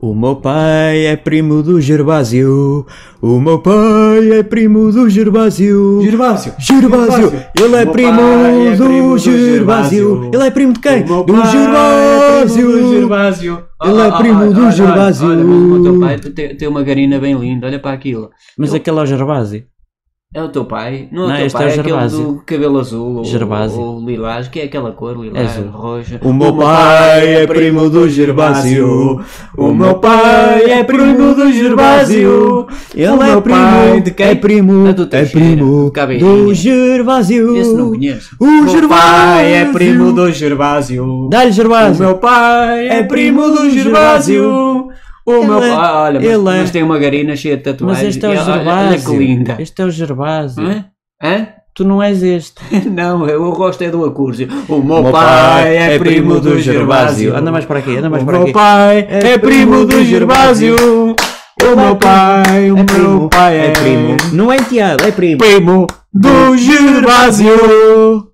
O meu pai é primo do Gervásio. O meu pai é primo do Gervásio. Gervásio. Gervásio, ele é O meu primo pai é primo do do Gervásio. Gervásio. Ele é primo de quem? O meu Do pai é primo do Gervásio. Gervásio. Ele é primo do ah, olha, Gervásio. Olha, mesmo o teu pai tu tem, tem uma garina bem linda, olha para aquilo. Mas aquele é o Gervásio. É o teu pai? Não, Não, é o este teu pai, é o é, aquele Gervásio. do cabelo azul ou, Gervásio. ou lilás, que é aquela cor, É lilás, azul. roxa. O meu pai é primo do Gervásio. O meu pai é primo do Gervásio. Ele O é meu primo pai de quem? É primo, É do é Teixeira, primo do Cabeirinha. do Gervásio. Esse não conheço. O é Gervásio. é do Gervásio. Dá-lhe O Gervásio. meu pai é primo do Gervásio. O Ele meu é- pai, Ah, olha, mas, ele é- mas tem uma garina cheia de tatuagens. Mas este é o E olha- Olha que Gervásio. linda. Este é o Gervásio. Hã? Hã? Tu não és este. Não, eu gosto é do Acúrsio. O meu, O meu pai é primo do Gervásio. Anda mais para aqui, anda mais o para meu aqui. pai é primo do Gervásio. O É meu pai, o meu pai é primo, Não é enteado, é primo. primo do Gervásio.